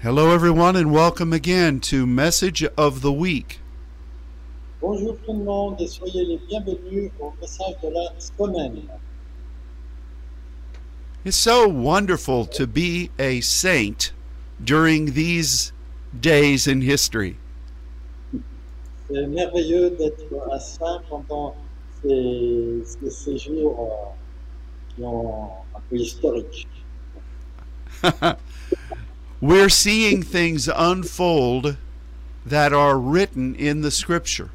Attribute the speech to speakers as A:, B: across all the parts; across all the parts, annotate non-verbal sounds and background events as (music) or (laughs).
A: Hello, everyone, and welcome again to Message of the Week.
B: Bonjour tout le monde et soyez les bienvenus au message de la semaine.
A: It's so wonderful to be a saint during these days in history.
B: C'est merveilleux d'être un saint pendant ces, ces, ces jours euh, qui ont un peu historiques.
A: We're seeing things unfold that are written in the scripture.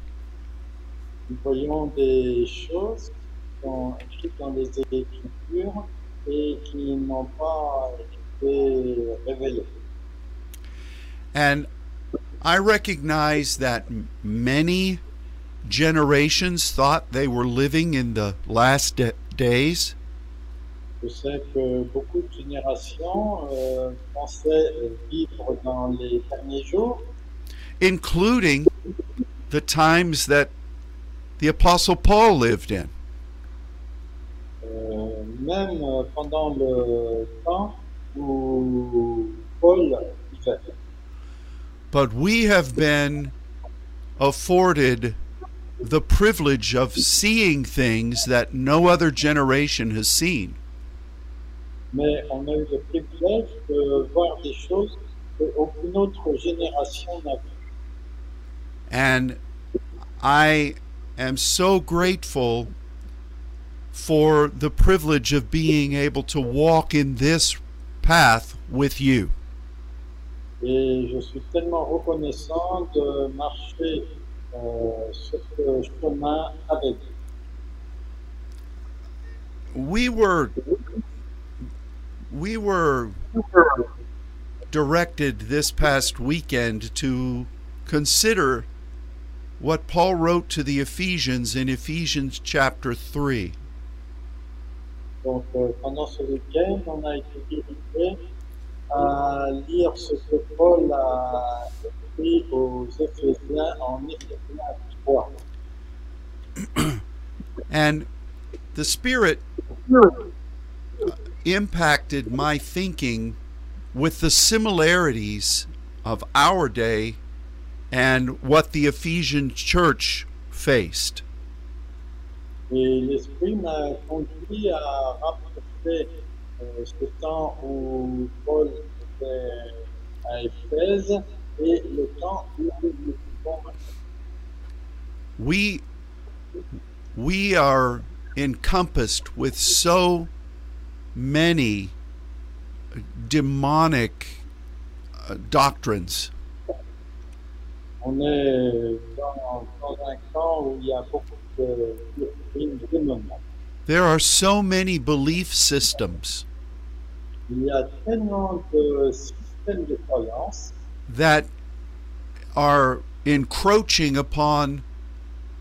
B: Nous voyons des choses qui sont écrites dans les Écritures et qui n'ont pas été révélées.
A: And I recognize that m- many generations thought they were living in the last de- days,
B: Je sais que beaucoup de générations euh, pensaient vivre dans les derniers jours,
A: including the times that the Apostle Paul lived in.
B: euh, même pendant le temps où Paul vivait.
A: But we have been afforded the privilege of seeing things that no other generation has seen.
B: Mais on a eu le privilège de voir des choses qu'aucune autre génération n'a vues.
A: And I am so grateful for the privilege of being able to walk in this path with you.
B: Et je suis tellement reconnaissant de marcher euh, sur ce chemin avec vous.
A: We were we were directed this past weekend to consider what Paul wrote to the Ephesians in Ephesians chapter 3.
B: Donc euh, pendant ce week-end, on a été dirigé à lire ce que Paul a écrit aux Éphésiens en Éphésiens 3.
A: And the Spirit impacted my thinking with the similarities of our day and what the Ephesian church faced.
B: Et l'esprit m'a conduit à rapprocher euh, ce temps où Paul était à Éphèse et le temps où nous vivons maintenant.
A: we we are encompassed with so many demonic uh, doctrines
B: On est dans, dans un temps où il y a beaucoup de doctrines démoniaques.
A: there are so many belief systems
B: Il y a tellement de systèmes de croyances
A: that are encroaching upon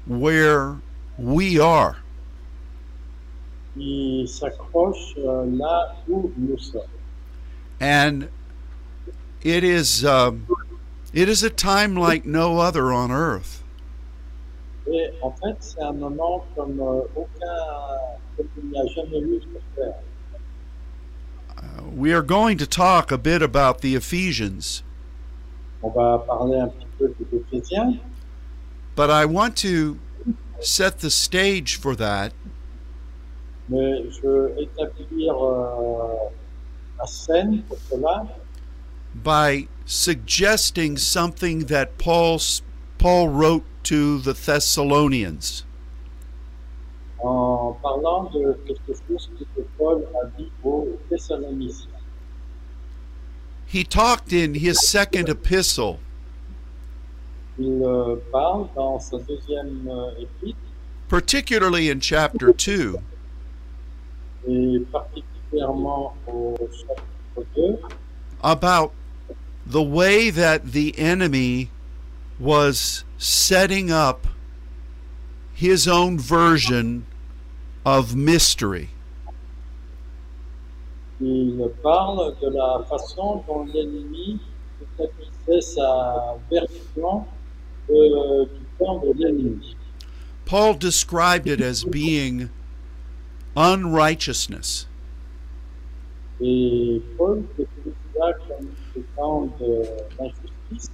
A: where we are
B: qui s'accrochent euh, là où nous sommes.
A: and it is um, it is a time like no other on earth
B: Et en fait, c'est un moment comme euh, aucun comme il n'y a jamais eu sur Terre.
A: we are going to talk a bit about the ephesians
B: On va parler un petit peu des Éphésiens,
A: But I want to set the stage for that
B: mais je veux établir euh, la scène pour cela
A: by suggesting something that Paul Paul wrote to the Thessalonians.
B: en parlant de quelque chose que Paul a dit aux Thessaloniciens.
A: He talked in his second epistle
B: Il euh, parle dans sa deuxième euh, épître,
A: particularly in chapter 2
B: et particulièrement au chapitre 2,
A: about the way that the enemy was setting up his own version of mystery.
B: Il parle de la façon dont l'ennemi établissait sa version de- du temps de l'ennemi.
A: Paul described it as being unrighteousness.
B: Et Paul décrit cela comme étant temps de l'injustice,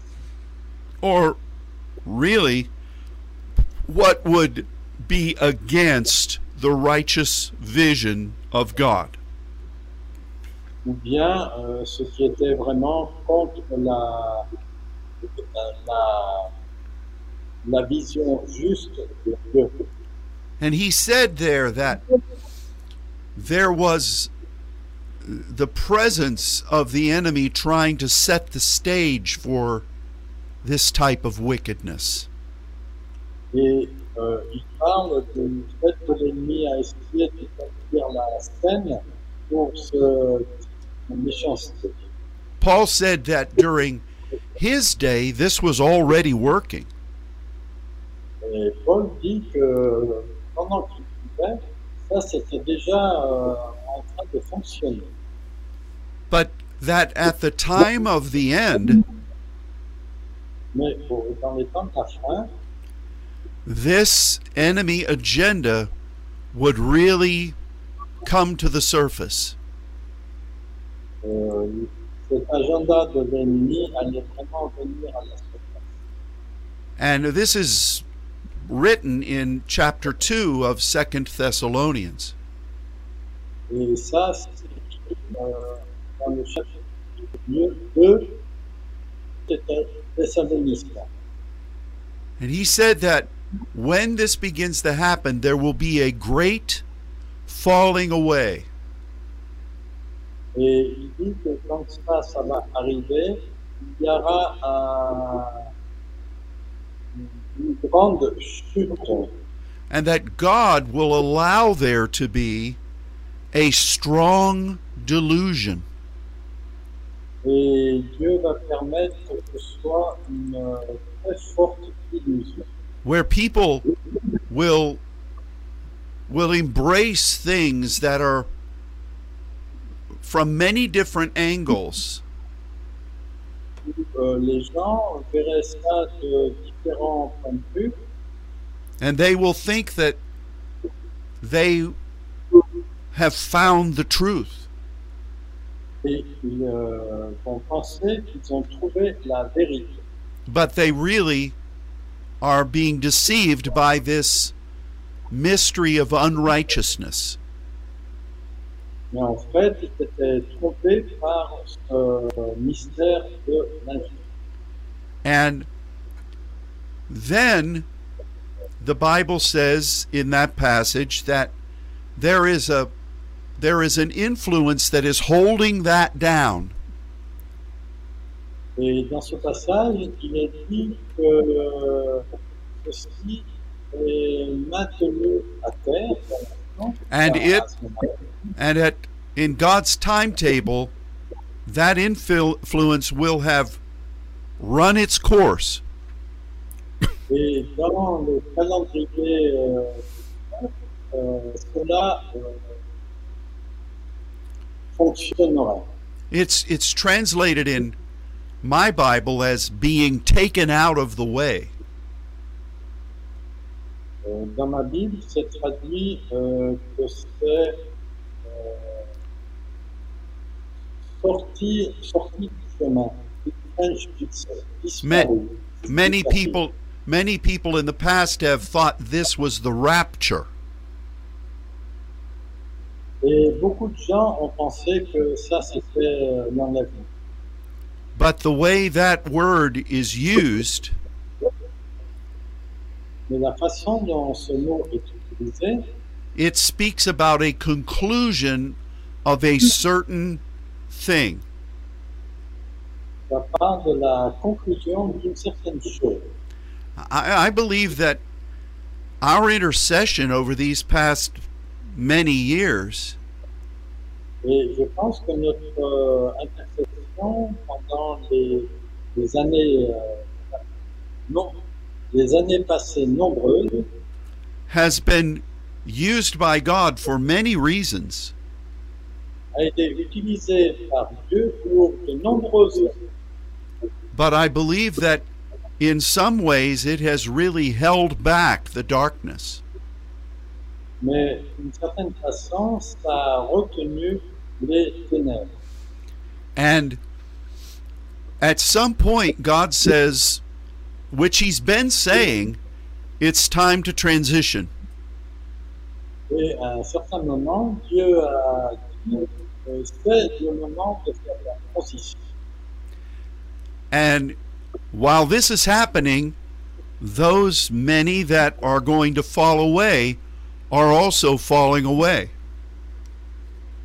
A: Or, really, what would be against the righteous vision of God?
B: ou bien euh, ce qui était vraiment contre la, la, la, la vision juste de Dieu.
A: And he said there that there was the presence of the enemy trying to set the stage for this type of wickedness.
B: Et euh, il parle du fait que l'ennemi a essayé d'établir la scène pour ce cette méchanceté.
A: Paul said that during his day, this was already working.
B: Et Paul dit que pendant qu'il vivait, ça c'était déjà euh, en train de fonctionner.
A: But that at the time of the end,
B: Mais pour- dans les temps de la fin,
A: this enemy agenda would really come to the surface.
B: euh, cet agenda de l'ennemi allait vraiment venir à la surface.
A: And this is written in chapter 2 of 2nd Thessalonians.
B: Et ça, c'est écrit euh, dans le chapitre 2 de Thessaloniciens.
A: And he said that when this begins to happen, there will be a great falling away.
B: Et il dit que quand ça, ça va arriver, il y aura un- une grande chute
A: and that God will allow there to be a strong delusion.
B: et Dieu va permettre que ce soit une euh, très forte illusion.
A: where people will will embrace things that are from many different angles
B: Euh, les gens verraient ça de différents points de vue
A: and they will think that they have found the truth
B: et ils euh, vont penser qu'ils ont trouvé la vérité.
A: but they really are being deceived by this mystery of unrighteousness
B: Mais en fait, ils étaient trompés par ce mystère de l'injustice.
A: and then the Bible says in that passage that there is a there is an influence that is holding that down.
B: Et dans ce passage, il est dit que ceci est maintenu à terre. pour l'instant,
A: And
B: à-
A: it-
B: à ce moment-là.
A: And at in God's timetable, that infil- influence will have run its course.
B: Et dans le calendrier, euh, euh, cela euh, fonctionnera.
A: It's it's translated in my Bible as being taken out of the way.
B: Euh, dans ma Bible, c'est traduit euh, que c'est euh, sorti, sorti du chemin. Injustice, disparu.
A: Many
B: Disparu.
A: people many people in the past have thought this was the rapture.
B: Et beaucoup de gens ont pensé que ça c'était euh, dans la vie.
A: But the way that word is used,
B: Mais la façon dont ce mot est utilisé,
A: it speaks about a conclusion of a certain thing.
B: ça part de la conclusion d'une certaine chose.
A: I, I believe that our intercession over these past many years
B: Et je pense que notre euh, intercession pendant les, les années euh, non, les années passées nombreuses
A: has been used by God for many reasons.
B: a été utilisée par Dieu pour de nombreuses raisons.
A: But I believe that in some ways it has really held back the darkness.
B: mais d'une certaine façon, ça a retenu les ténèbres.
A: And At some point, God says, which He's been saying, it's time to transition.
B: Et à un certain moment, Dieu a dit euh, c'est le moment de faire la transition.
A: And while this is happening, those many that are going to fall away are also falling away.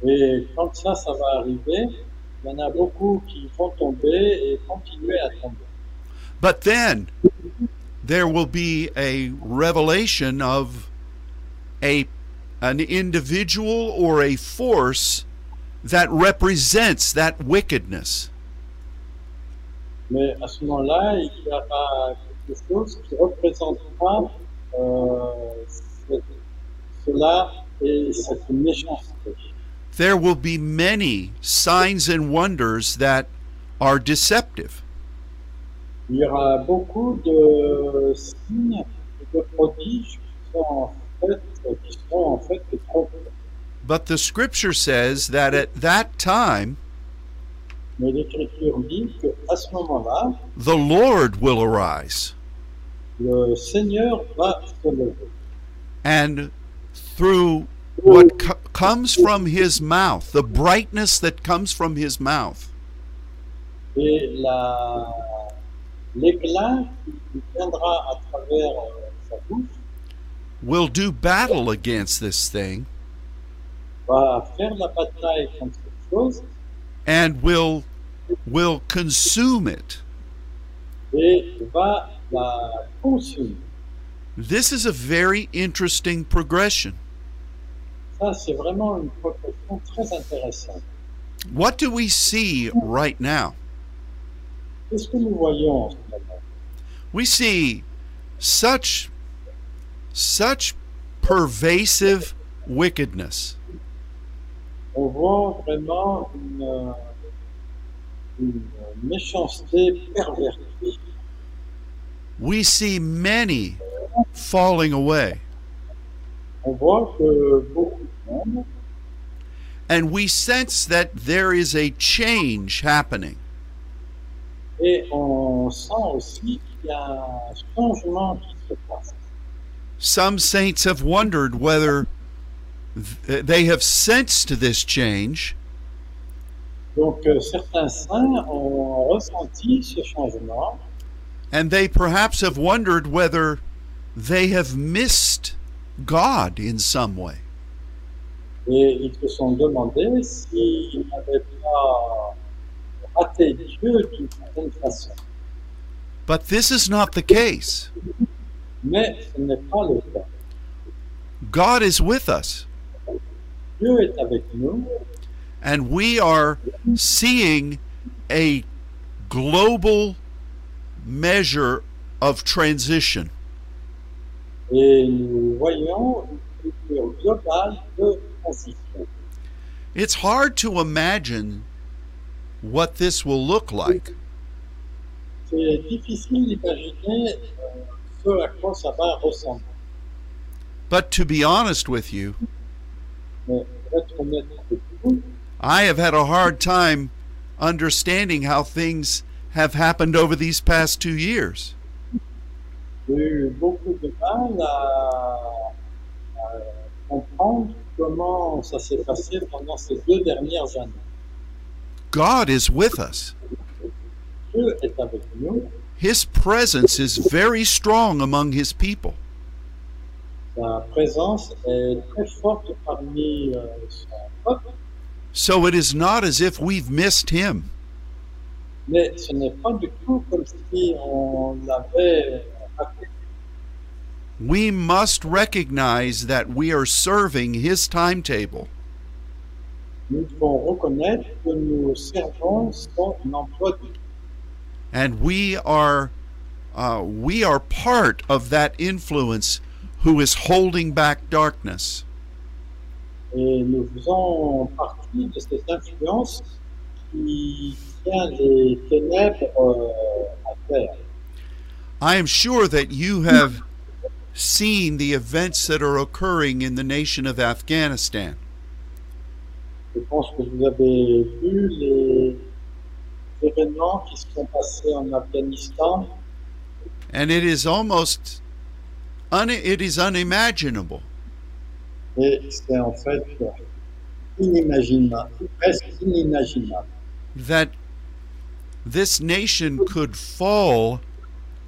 B: Et quand ça, ça va arriver, il y en a beaucoup qui vont tomber et continuer à tomber.
A: But then there will be a revelation of a an individual or a force that represents that wickedness.
B: Mais à ce moment-là, il y aura quelque chose qui représentera euh, ce- cela et cette méchanceté.
A: There will be many signs and wonders that are deceptive.
B: Il y aura beaucoup de signes et de prodiges qui sont en fait, qui sont en fait des trompes.
A: But the scripture says that at that time
B: Mais l'Écriture dit qu'à ce moment-là,
A: the Lord will arise
B: le Seigneur va se lever.
A: and through what co- comes from his mouth, the brightness that comes from his mouth,
B: Et la- l'éclat qui viendra à travers euh, sa bouche
A: will do battle against this thing
B: va faire la bataille contre cette chose
A: and will will consume it.
B: et va la consumer.
A: This is a very interesting progression.
B: Ça, c'est vraiment une progression très intéressante.
A: What do we see right now?
B: Qu'est-ce que nous voyons en ce moment
A: We see such such pervasive wickedness.
B: On voit vraiment une, euh, une méchanceté pervertie.
A: We see many falling away
B: On voit que beaucoup de monde,
A: and we sense that there is a change happening.
B: et on sent aussi qu'il y a un changement qui se passe.
A: Some saints have wondered whether th- they have sensed this change
B: Donc euh, certains saints ont ressenti ce changement
A: and they perhaps have wondered whether they have missed God in some way.
B: et ils se sont demandé s'ils n'avaient pas raté Dieu d'une certaine façon.
A: But this is not the case.
B: Mais ce n'est pas le cas.
A: God is with us,
B: Dieu est avec nous
A: and we are seeing a global measure of transition.
B: et nous voyons une culture globale de transition.
A: It's hard to imagine what this will look like,
B: C'est difficile d'imaginer euh, ce à quoi ça va ressembler.
A: but to be honest with you,
B: Mais pour être honnête avec vous,
A: I have had a hard time understanding how things have happened over these past two years.
B: J'ai eu beaucoup de mal à, à comprendre comment ça s'est passé pendant ces deux dernières années.
A: God is with us.
B: Dieu est avec nous,
A: His presence is very strong among His people.
B: sa présence est très forte parmi euh, son peuple,
A: So it is not as if we've missed Him.
B: mais ce n'est pas du tout comme si on l'avait raté.
A: We must recognize that we are serving His timetable.
B: Nous devons reconnaître que nous servons son emploi du temps
A: and we are uh, we are part of that influence who is holding back darkness
B: et nous faisons partie de cette influence qui tient les ténèbres euh, à terre.
A: i am sure that you have seen the events that are occurring in the nation of afghanistan
B: Je pense que vous avez vu les événements qui se sont passés en Afghanistan
A: and it is almost un- it is unimaginable
B: et c'est en fait inimaginable, presque inimaginable
A: that this nation could fall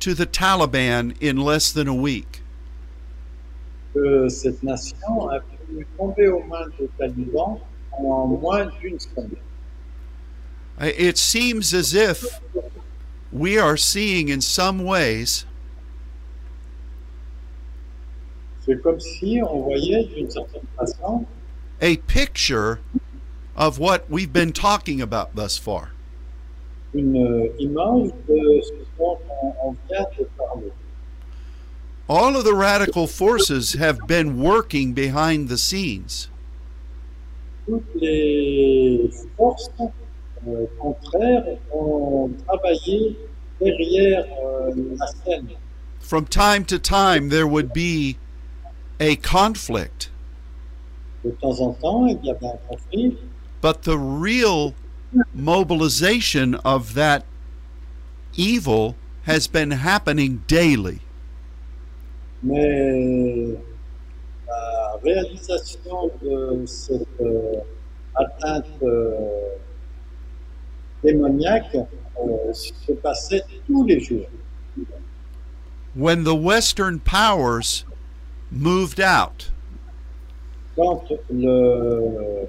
A: to the Taliban in less than a week.
B: que cette nation a pu tomber aux mains des talibans en moins d'une semaine.
A: I- It seems as if we are seeing in some ways
B: C'est comme si on voyait d'une certaine façon
A: a picture of what we've been talking about thus far.
B: une euh, image de ce dont on, on vient de parler.
A: All of the radical forces have been working behind the scenes.
B: Toutes les forces euh, contraires ont travaillé derrière euh, la scène.
A: From time to time, there would be a conflict,
B: De temps en temps, il y avait un conflit,
A: but the real mobilization of that evil has been happening daily.
B: mais la réalisation de cette euh, atteinte euh, démoniaque euh, se passait tous les jours.
A: When the Western powers moved out,
B: quand le-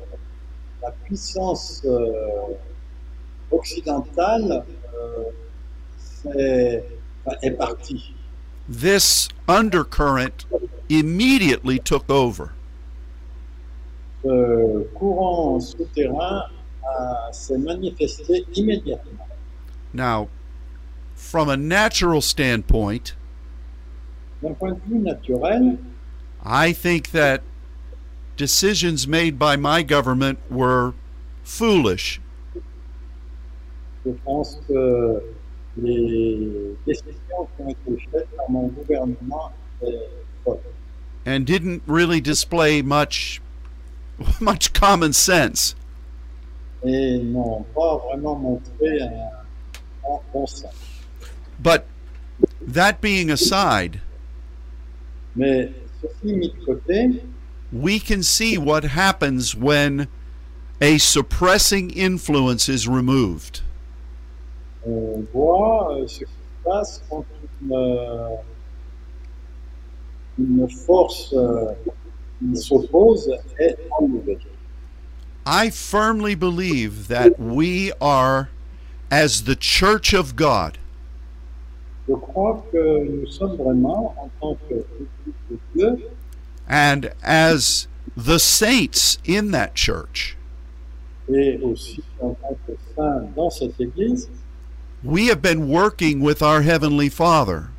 B: la puissance euh, occidentale euh, s'est- enfin, est, partie,
A: this undercurrent immediately took over.
B: le courant souterrain a- s'est manifesté immédiatement.
A: Now, from a natural standpoint,
B: D'un point de vue naturel,
A: I think that decisions made by my government were foolish.
B: je pense que les décisions qui ont été faites par mon gouvernement étaient folles.
A: and didn't really display much (laughs) much common sense.
B: et n'ont pas vraiment montré un, un bon sens.
A: But that being aside,
B: Mais ceci mis de côté,
A: we can see what happens when a suppressing influence is removed.
B: on voit euh, ce qui se passe quand une, euh, une force euh, qui s'oppose est enlevée.
A: I firmly believe that we are as the church of God,
B: Je crois que nous sommes vraiment, en tant que peuple de Dieu,
A: and as the saints in that church,
B: et aussi en tant que saints dans cette Église,
A: we have been working with our Heavenly Father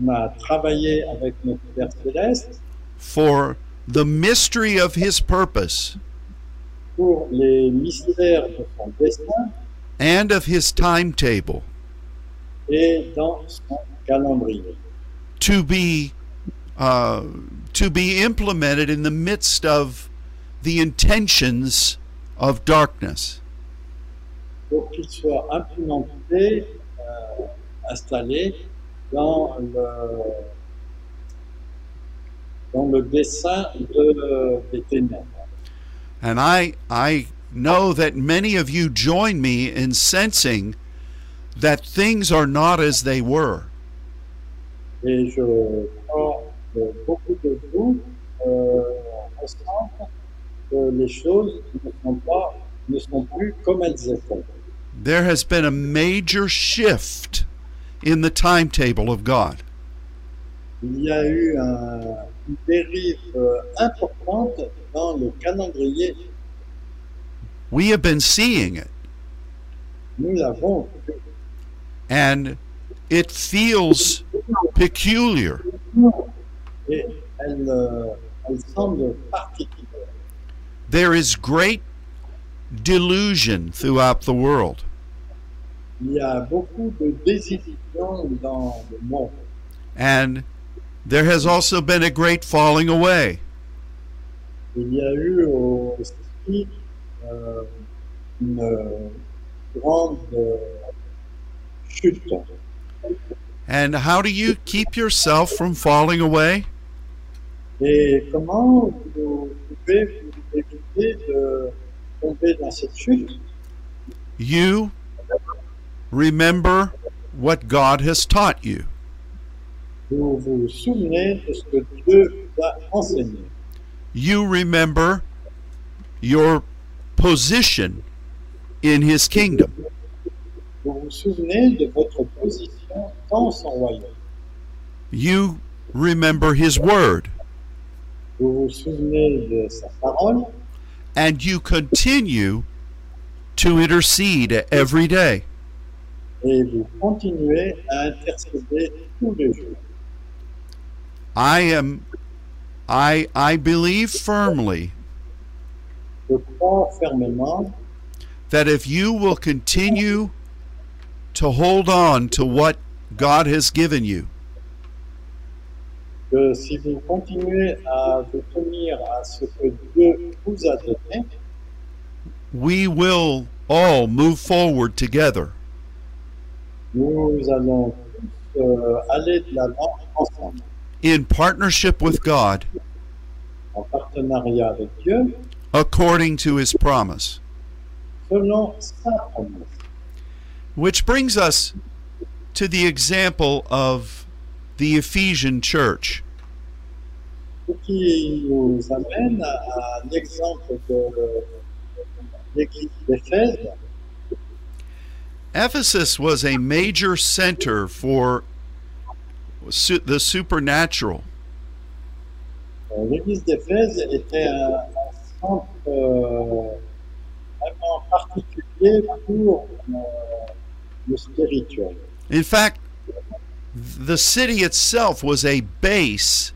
B: on a travaillé avec notre Père Céleste
A: for the mystery of His purpose
B: pour les mystères de son destin
A: and of his timetable
B: et dans son calendrier,
A: to be uh, to be implemented in the midst of the intentions of darkness.
B: pour qu'il soit implémenté, euh, installé dans le, dans le dessin de, des ténèbres.
A: And I I know that many of you join me in sensing that things are not as they were.
B: Et je crois que beaucoup de vous euh, ressentent que les choses ne sont, pas, ne sont plus comme elles étaient.
A: There has been a major shift in the timetable of God.
B: Il y a eu un- une dérive euh, importante dans le calendrier.
A: We have been seeing it.
B: Nous l'avons vu.
A: and it feels peculiar.
B: et elle, euh, elle semble particulière.
A: There is great delusion throughout the world.
B: Il y a beaucoup de désillusions dans le monde
A: And there has also been a great falling away.
B: il y a eu aussi euh, une, grande euh, chute.
A: And how do you keep yourself from falling away?
B: Et comment vous pouvez vous éviter de tomber dans cette chute
A: You remember what God has taught you.
B: Vous vous souvenez de ce que Dieu vous a enseigné.
A: You remember your position in His kingdom.
B: Vous vous souvenez de votre position dans son royaume.
A: You remember His word.
B: Vous vous souvenez de sa parole
A: And you continue to intercede every day.
B: et vous continuez à intercéder tous les jours.
A: I am I I believe firmly
B: Je crois fermement
A: that if you will continue to hold on to what God has given you,
B: que si vous continuez à vous tenir à ce que Dieu vous a donné,
A: we will all move forward together.
B: nous allons tous euh, aller de l'avant ensemble,
A: in partnership with God
B: en partenariat avec Dieu,
A: according to his promise.
B: selon sa promesse.
A: Which brings us to the example of the Ephesian church.
B: Ce qui nous amène à, à l'exemple de euh, l'église d'Éphèse.
A: Ephesus was a major center for su- the supernatural.
B: Euh, L'église d'Éphèse était un, un centre euh, vraiment particulier pour euh, le spirituel.
A: In fact, the city itself was a base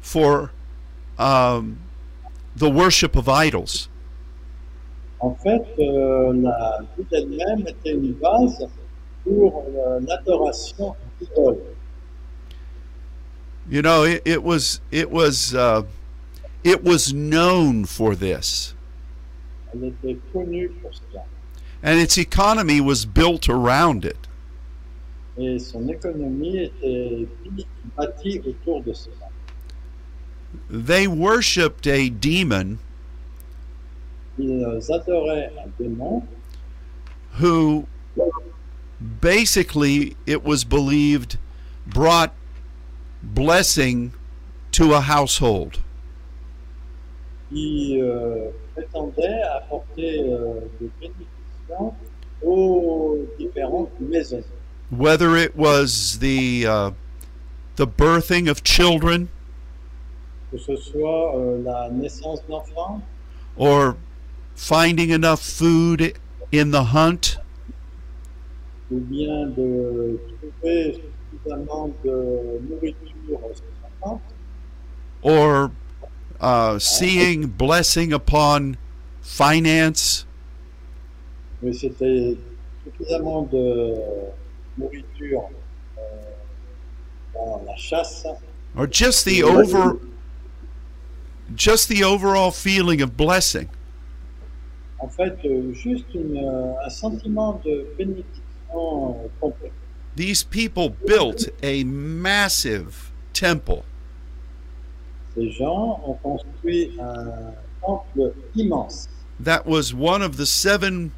A: for um, the worship of idols.
B: En fait, euh, la ville elle-même était une base pour euh, l'adoration d'idoles.
A: You know, it, it was it was uh, it was known for this.
B: Elle était connue pour cela.
A: and its economy was built around it.
B: Et son économie était bi- bâtie autour de cela.
A: They worshiped a demon
B: Ils adoraient un démon
A: who basically, it was believed, brought blessing to a household.
B: qui euh, prétendait apporter euh, des bénédictions aux différentes maisons.
A: Whether it was the uh, the birthing of children
B: Que ce soit euh, la naissance d'enfants
A: or finding enough food in the hunt,
B: ou bien de trouver suffisamment de nourriture suffisante,
A: or uh, seeing blessing upon finance,
B: mais c'était suffisamment de nourriture euh, dans la chasse,
A: or just the over just the overall feeling of blessing
B: en fait euh, juste une, euh, un sentiment de bénédiction euh, complet.
A: these people built a massive temple
B: Ces gens ont construit un temple immense
A: that was one of the seven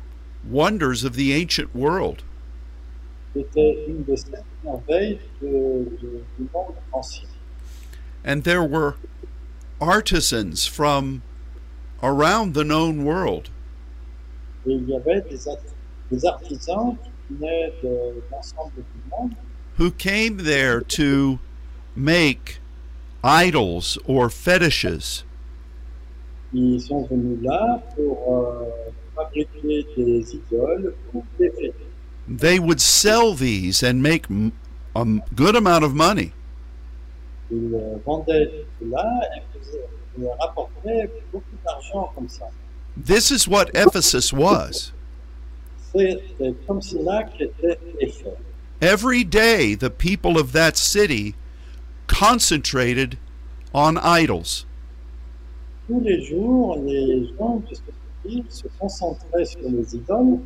A: wonders of the ancient world
B: qui était une des sept merveilles de- de- du monde ancien.
A: and there were artisans from around the known world
B: Et il y avait des, art- des artisans qui venaient de l'ensemble du monde
A: who came there to make idols or fetishes
B: Ils sont venus là pour euh, fabriquer des idoles ou des fées.
A: they would sell these and make m- a m- good amount of money
B: Ils euh, vendaient cela et faisaient- ils rapportaient beaucoup d'argent comme ça.
A: This is what Ephesus was.
B: C'était comme cela qu'était Éphèse.
A: Every day, the people of that city concentrated on idols.
B: Tous les jours, les gens de cette ville se concentraient sur les idoles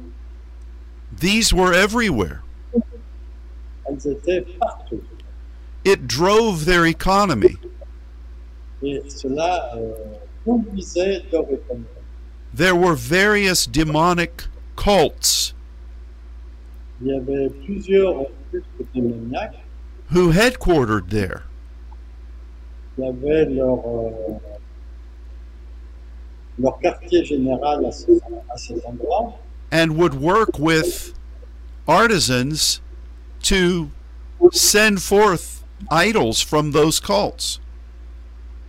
A: These were everywhere.
B: Elles étaient partout.
A: It drove their economy.
B: Et cela euh, conduisait leur économie.
A: There were various demonic cults
B: Il y avait plusieurs cultes démoniaques
A: who headquartered there.
B: qui avaient leur, euh, leur quartier général à, ce- à cet endroit.
A: and would work with artisans to send forth idols from those cults.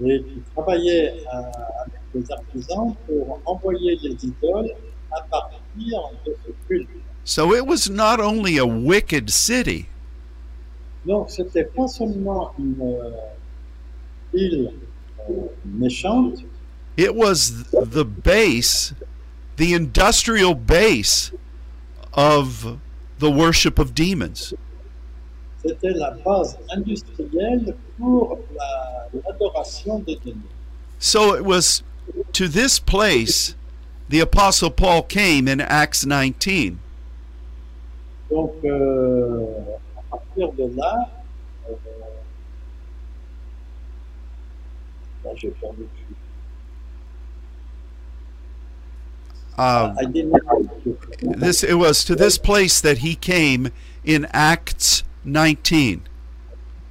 B: et qui travaillait euh, avec les artisans pour envoyer les idoles à partir de ce culte.
A: So it was not only a wicked city,
B: Donc c'était pas seulement une euh, île euh, méchante,
A: it was the base, the industrial base of the worship of demons.
B: c'était la base industrielle pour la- l'adoration des démons.
A: So it was to this place the Apostle Paul came in Acts 19.
B: Donc euh, à partir de là, euh, là j'ai perdu le fil.
A: Uh,
B: I didn't know.
A: this it was to this place that he came in acts 19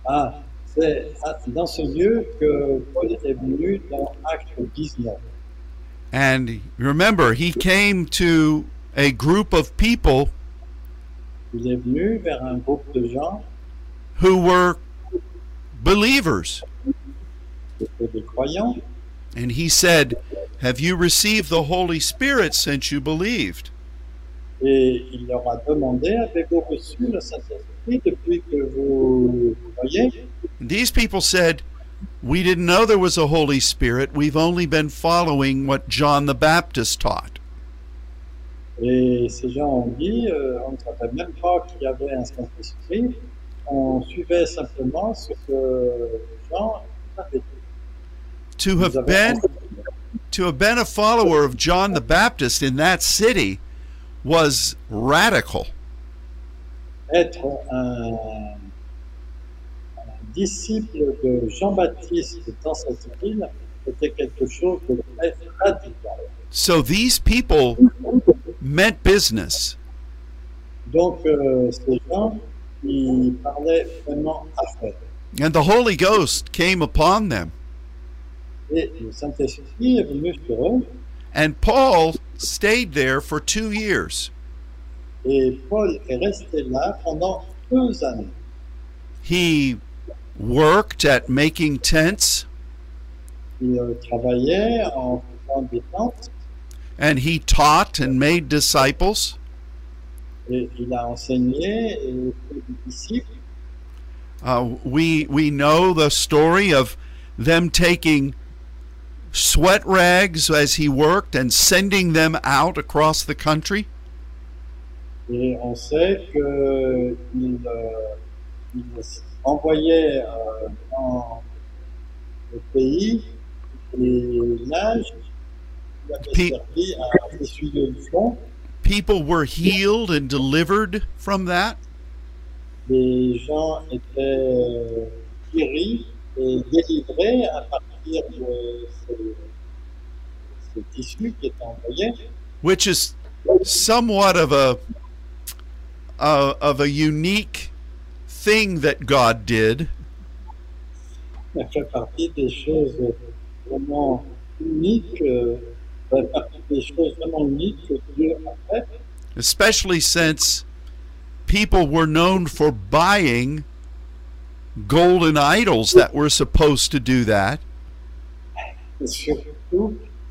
B: Ah, c'est à- dans ce lieu que Paul est venu dans Acte 19.
A: and remember he came to a group of people
B: Il est venu vers un groupe de gens,
A: who were believers
B: c'était des croyants,
A: and he said have you received the holy spirit since you believed
B: et il leur a demandé Avez-vous reçu le Saint-Esprit depuis que vous croyez
A: and these people said we didn't know there was a holy spirit we've only been following what john the baptist taught
B: Et ces gens ont dit euh, On ne savait même pas qu'il y avait un Saint-Esprit, on suivait simplement ce que Jean avait dit.
A: to
B: Nous
A: have
B: avons
A: been to have been a follower of John the Baptist in that city was radical.
B: être un, un disciple de Jean-Baptiste dans cette ville était quelque chose de très radical.
A: So these people meant business.
B: Donc, euh, ces gens, ils parlaient vraiment affaires.
A: And the Holy Ghost came upon them.
B: Et le Saint-Esprit est venu sur eux,
A: And Paul stayed there for two years.
B: et Paul est resté là pendant deux années.
A: He worked at making tents
B: Il euh, travaillait en faisant des tentes,
A: and he taught and made disciples.
B: et il a enseigné et fait des disciples.
A: Uh, we, we know the story of them taking sweat rags as he worked and sending them out across the country.
B: Et on sait que il, euh, il s- envoyait euh, dans le pays et l'âge qui avait
A: Puis-
B: servi à essuyer le fond.
A: People were healed and delivered from that.
B: Les gens étaient euh, guéris et délivrés à partir de ces, ces tissus qui étaient envoyés.
A: which is somewhat of a uh, of a unique thing that God did.
B: Ça fait partie des choses vraiment uniques, euh, ça fait partie des choses vraiment uniques que Dieu a faites.
A: Especially since people were known for buying golden idols that were supposed to do that.
B: et surtout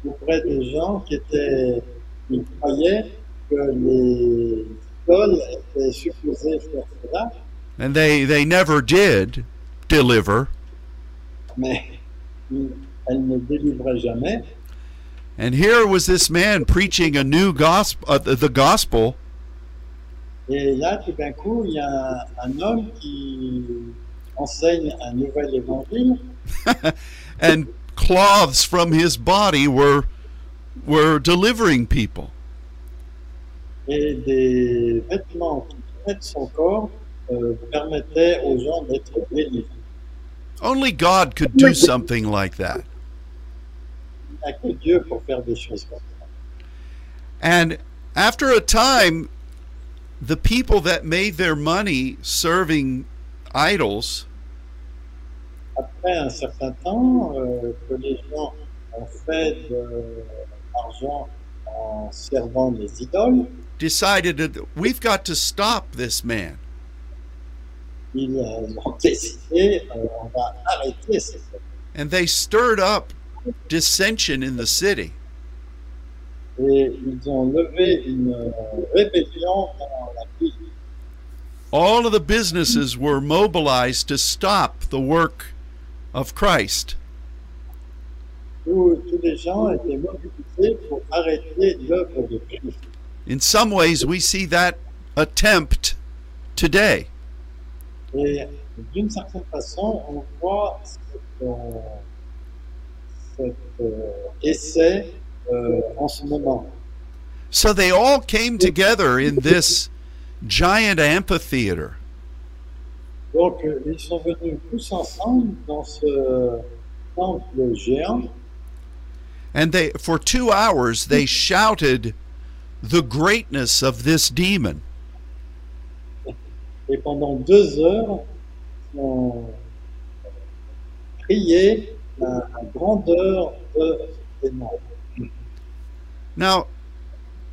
B: auprès des gens qui étaient, qui croyaient que les écoles étaient supposées faire cela,
A: And they, they never did deliver.
B: mais elles ne délivraient jamais.
A: And here was this man preaching a new gospel, uh, the the gospel, (laughs)
B: Et là, tout d'un coup, il y a un, un homme qui enseigne un nouvel évangile
A: and cloths from his body were were delivering people.
B: et des vêtements qui traitaient son corps euh, permettaient aux gens d'être délivrés.
A: Only God could do something like that.
B: Il n'y a que Dieu pour faire des choses comme ça.
A: And after a time, the people that made their money serving idols
B: Après un certain temps, euh, que les gens ont fait de l'argent en servant les idoles,
A: decided that we've got to stop this man.
B: ils euh, ont décidé euh, on va arrêter ces choses.
A: And they stirred up dissension in the city.
B: Et ils ont levé une euh, rébellion dans la ville.
A: All of the businesses were mobilized to stop the work of Christ.
B: Tous, tous les gens étaient mobilisés pour arrêter l'œuvre de Christ.
A: In some ways, we see that attempt today.
B: Et d'une certaine façon, on voit cet, euh, cet, euh, essai euh, en ce moment.
A: So they all came together in this giant amphitheater.
B: Donc, euh, ils sont venus tous ensemble dans ce temple géant
A: And they, for two hours, they shouted the greatness of this demon.
B: et pendant deux heures, ils ont crié la la grandeur de ce démon.
A: Now,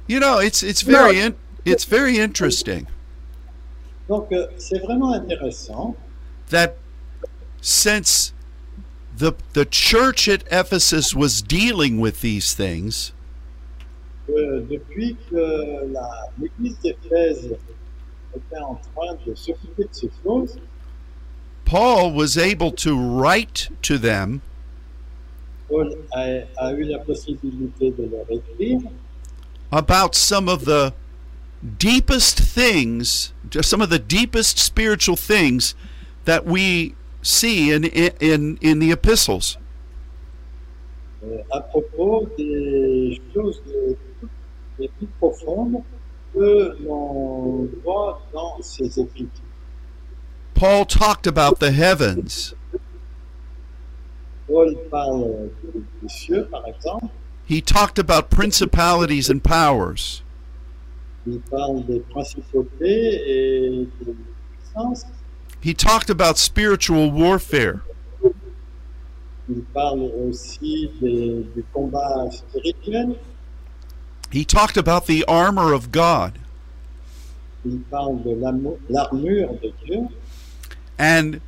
A: you know, it's it's very in, it's very interesting
B: Donc, euh, c'est vraiment intéressant
A: that since the the church at Ephesus was dealing with these things,
B: que depuis que la- l'église d'Éphèse était en train de s'occuper de ces choses,
A: Paul was able to write to them
B: Paul a, a eu la possibilité de leur écrire
A: about some of the deepest things, just some of the deepest spiritual things that we see in in in the epistles.
B: euh, à propos des choses les plus- les plus profondes que l'on voit dans ces écritures.
A: Paul talked about the heavens.
B: Paul parle des- des cieux, par exemple,
A: He talked about principalities and powers.
B: il parle des principautés et des puissances,
A: He talked about spiritual warfare.
B: il parle aussi des, du combat spirituel,
A: He talked about the armor of God.
B: il parle de l'amo- l'armure de Dieu,
A: And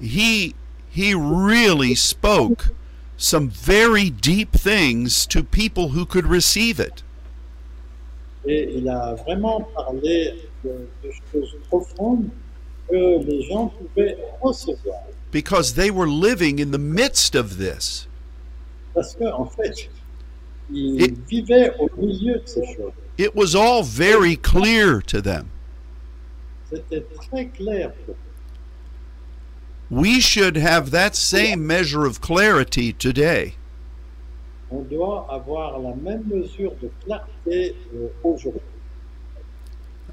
A: he he really spoke some very deep things to people who could receive it.
B: et il a vraiment parlé de, de choses profondes que les gens pouvaient recevoir.
A: because they were living in the midst of this.
B: Parce que en fait, ils
A: Et-
B: vivaient au milieu de ces choses.
A: It was all very clear to them.
B: C'était très clair. pour eux.
A: We should have that same measure of clarity today.
B: On doit avoir la même mesure de clarté euh, aujourd'hui.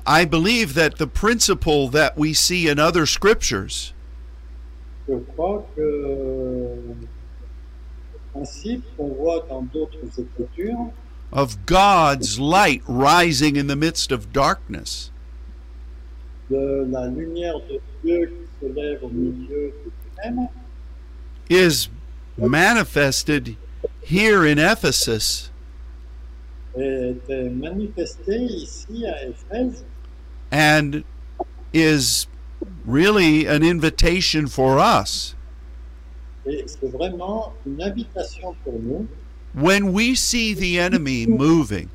A: I believe that the principle that we see in other scriptures
B: Je crois que euh, le principe qu'on voit dans d'autres écritures,
A: of God's light rising in the midst of darkness
B: de euh, la lumière de Dieu qui se lève au milieu de lui-même,
A: is manifested here in Ephesus
B: était manifestée ici à Éphèse
A: and is really an invitation for us
B: et c'est vraiment une invitation pour nous
A: when we see the enemy moving.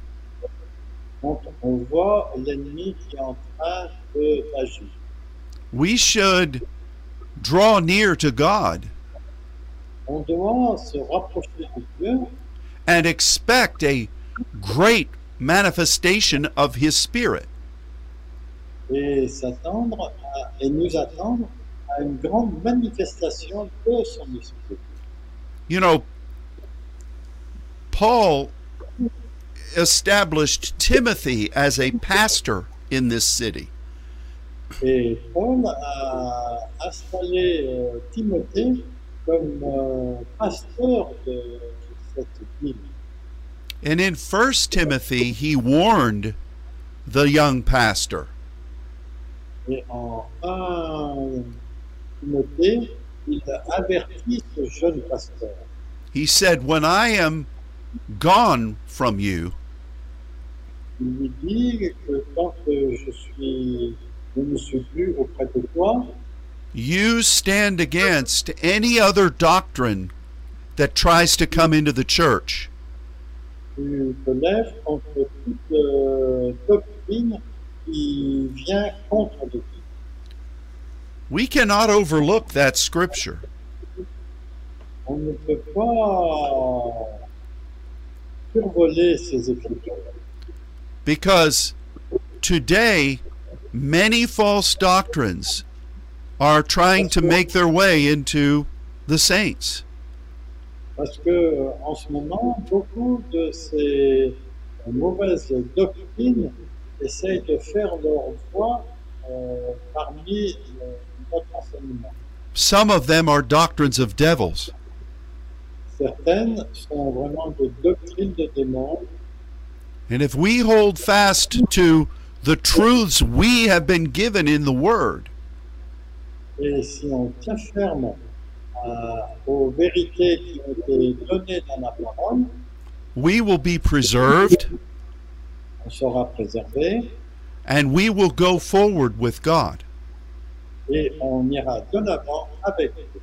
B: quand on voit l'ennemi qui est en train de- d'agir.
A: we should draw near to God
B: On doit se rapprocher de Dieu
A: and expect a great manifestation of His Spirit.
B: et s'attendre à- et nous attendre à une grande manifestation de son esprit.
A: You know, Paul established Timothy as a pastor in this city.
B: Et Paul a installé euh, Timothée comme euh, pasteur de cette ville.
A: And in 1 Timothy, he warned the young pastor
B: Et en 1 Timothée, il avertit ce jeune pasteur.
A: He said, When I am gone from you,
B: Il lui dit que quand euh, je suis, je ne suis plus auprès de toi,
A: you stand against any other doctrine that tries to come into the church.
B: tu te lèves contre toute euh, doctrine qui vient contre le Christ.
A: We cannot overlook that scripture.
B: On ne peut pas survoler ces écritures.
A: Because today, many false doctrines are trying to make their way into the saints.
B: Parce que euh, en ce moment, beaucoup de ces euh, mauvaises doctrines essayent de faire leur voix euh, parmi euh, notre enseignement.
A: Some of them are doctrines of devils,
B: Certaines sont vraiment de doctrines de démons.
A: and if we hold fast to the truths we have been given in the Word,
B: Et si on tient ferme à- aux vérités qui ont été données dans la parole,
A: we will be preserved
B: on sera préservé
A: and we will go forward with God.
B: et on ira de l'avant avec Dieu.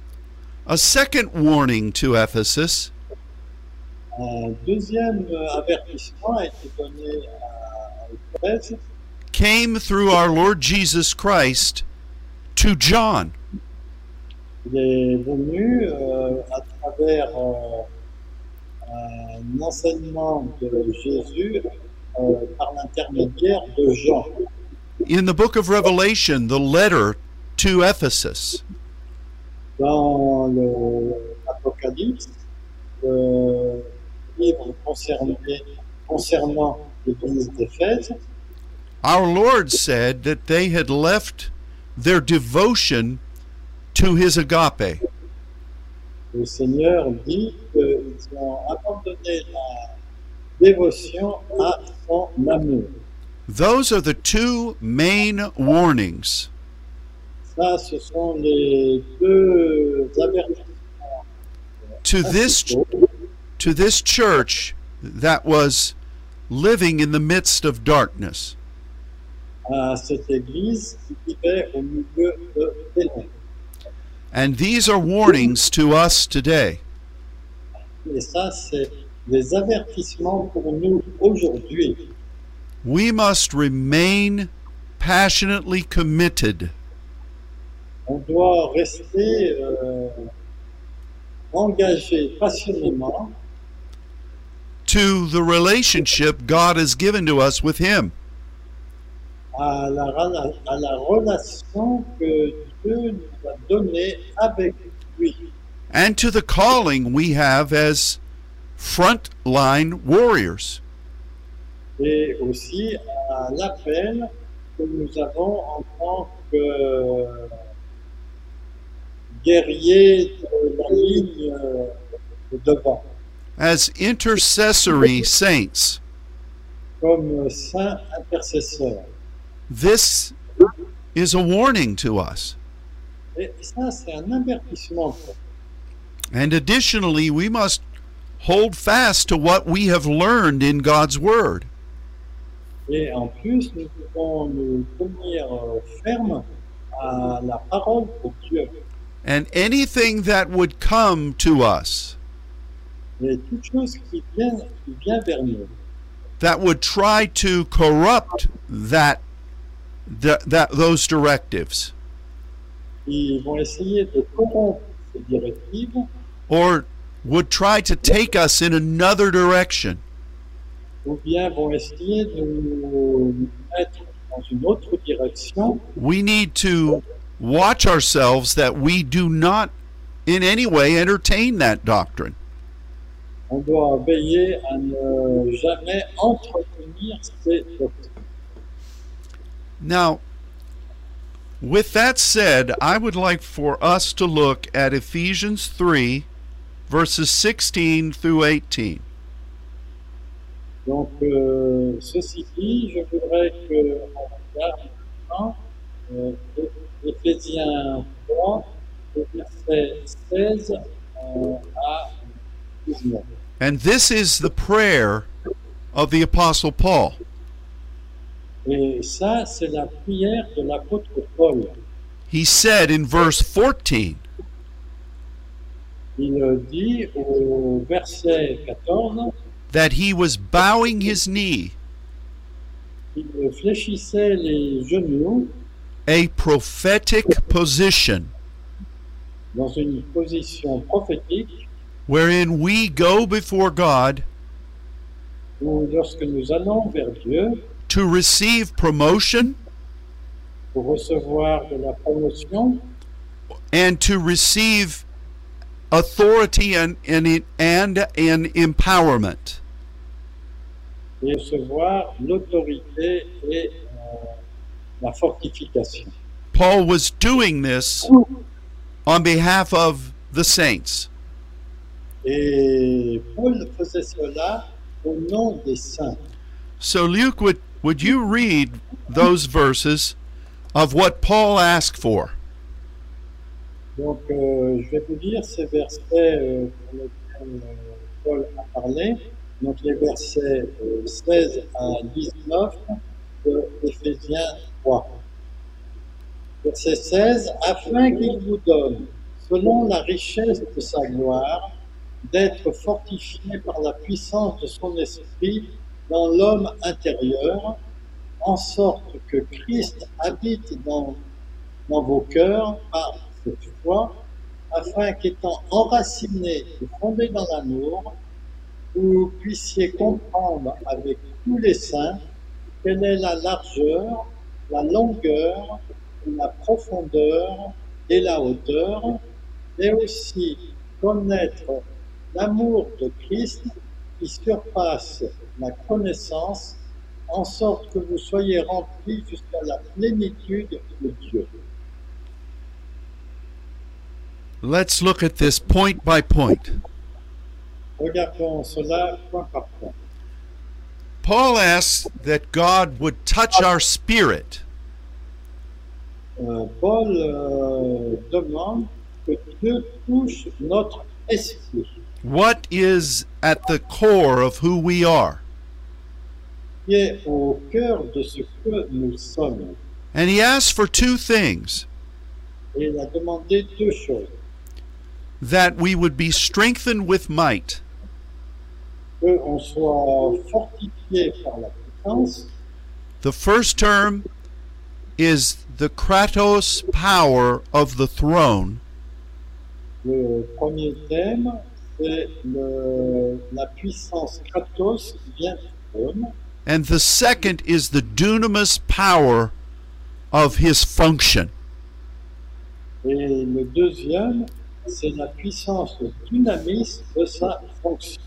A: A second warning to Ephesus
B: Un deuxième avertissement a été donné à Éphèse
A: came through our Lord Jesus Christ to John.
B: Il est venu euh, à travers euh, un enseignement de Jésus euh, par l'intermédiaire de Jean.
A: In the book of Revelation, the letter to Ephesus,
B: Dans le- l'Apocalypse, euh, le livre concerné- concernant l'église d'Éphèse,
A: our Lord said that they had left their devotion to his agape.
B: le Seigneur dit qu'ils ont abandonné la dévotion à son amour.
A: Those are the two main warnings.
B: Ça, ce sont les deux avertissements
A: To this to this church that was living in the midst of darkness.
B: à cette église qui vivait au milieu de ténèbres.
A: And these are warnings to us today.
B: Et ça, c'est des avertissements pour nous aujourd'hui.
A: We must remain passionately committed
B: On doit rester euh, engagé passionnément
A: to the relationship God has given to us with Him.
B: à la, rela- à la relation que Dieu nous a donnée avec lui
A: and to the calling we have as frontline warriors.
B: et aussi à l'appel que nous avons en tant que euh, guerriers de la ligne euh, de devant.
A: As intercessory saints,
B: comme saint intercesseur.
A: this is a warning to us.
B: Et ça, c'est un avertissement. pour nous.
A: And additionally, we must hold fast to what we have learned in God's Word.
B: Et en plus, nous devons nous tenir euh, fermes à la parole de Dieu.
A: And anything that would come to us
B: Et toute chose qui vient, qui vient vers nous,
A: that would try to corrupt that, that, that those directives
B: ils vont essayer de corrompre ces directives
A: or would try to take us in another direction.
B: ou bien vont essayer de nous mettre dans une autre direction.
A: we need to watch ourselves that we do not in any way entertain that doctrine.
B: On doit veiller à ne jamais entretenir ces doctrines.
A: Now, with that said, I would like for us to look at Ephesians 3, verses 16 through 18.
B: Donc, euh, ceci dit, je voudrais qu'on regarde maintenant euh, Ephésiens 3, le verset 16 euh, à 19.
A: And this is the prayer of the Apostle Paul.
B: Et ça, c'est la prière de l'apôtre Paul.
A: He said in verse 14,
B: Il euh, dit au verset 14
A: that he was bowing his knee,
B: qu'il fléchissait les genoux
A: a prophetic position
B: dans une position prophétique
A: wherein we go before God
B: où, lorsque nous allons vers Dieu
A: to receive promotion
B: pour recevoir de la promotion
A: and to receive authority and, and, and an empowerment.
B: et recevoir l'autorité et euh, la fortification.
A: Paul was doing this on behalf of the saints.
B: Et Paul faisait cela au nom des saints.
A: So, Luke, would, would you read those verses of what Paul asked for?
B: Donc, euh, je vais vous dire ces versets euh, pour lesquels euh, Paul a parlé. Donc, les versets euh, 16 à 19 de Ephésiens 3. Verset 16 Afin qu'il vous donne, selon la richesse de sa gloire, d'être fortifié par la puissance de son esprit dans l'homme intérieur, en sorte que Christ habite dans dans vos cœurs par cette foi, afin qu'étant enracinés et fondés dans l'amour, vous puissiez comprendre avec tous les saints quelle est la largeur, la longueur, la profondeur et la hauteur, et aussi connaître l'amour de Christ qui surpasse la connaissance, en sorte que vous soyez remplis jusqu'à la plénitude de Dieu.
A: Let's look at this point by point.
B: Regardons cela point par point.
A: Paul asks that God would touch our spirit,
B: Euh, Paul euh, demande que Dieu touche notre esprit,
A: what is at the core of who we are.
B: qui est au cœur de ce que nous sommes.
A: And he asks for two things
B: Et il a demandé deux choses.
A: that we would be strengthened with might,
B: Qu'on soit fortifié par la puissance.
A: The first term is the Kratos power of the throne,
B: Le premier thème, c'est le- la puissance kratos qui vient du trône.
A: and the second is the dunamis power of his function.
B: Et le deuxième, c'est la puissance dynamique de sa fonction.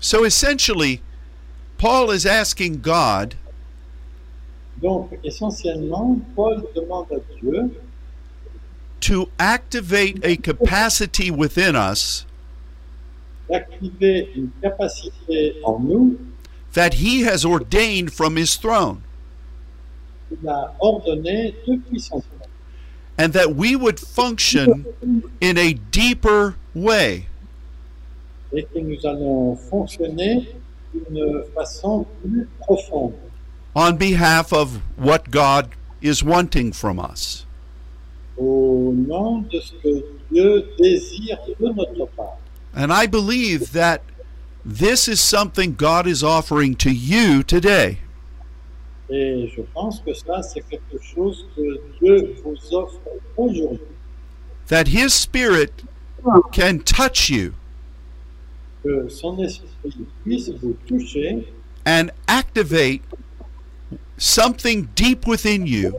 A: So essentially, Paul is asking God
B: Donc, essentiellement, Paul demande à Dieu
A: to activate a capacity within us
B: d'activer une capacité en nous
A: that he has ordained from his throne,
B: qu'il a ordonnée depuis son temps,
A: and that we would function in a deeper way.
B: et que nous allons fonctionner d'une façon plus profonde
A: on behalf of what God is wanting from us.
B: au nom de ce que Dieu désire de notre part.
A: And I believe that this is something God is offering to you today.
B: Et je pense que ça, c'est quelque chose que Dieu vous offre aujourd'hui.
A: That His Spirit can touch you
B: que son esprit puisse vous toucher
A: and activate something deep within you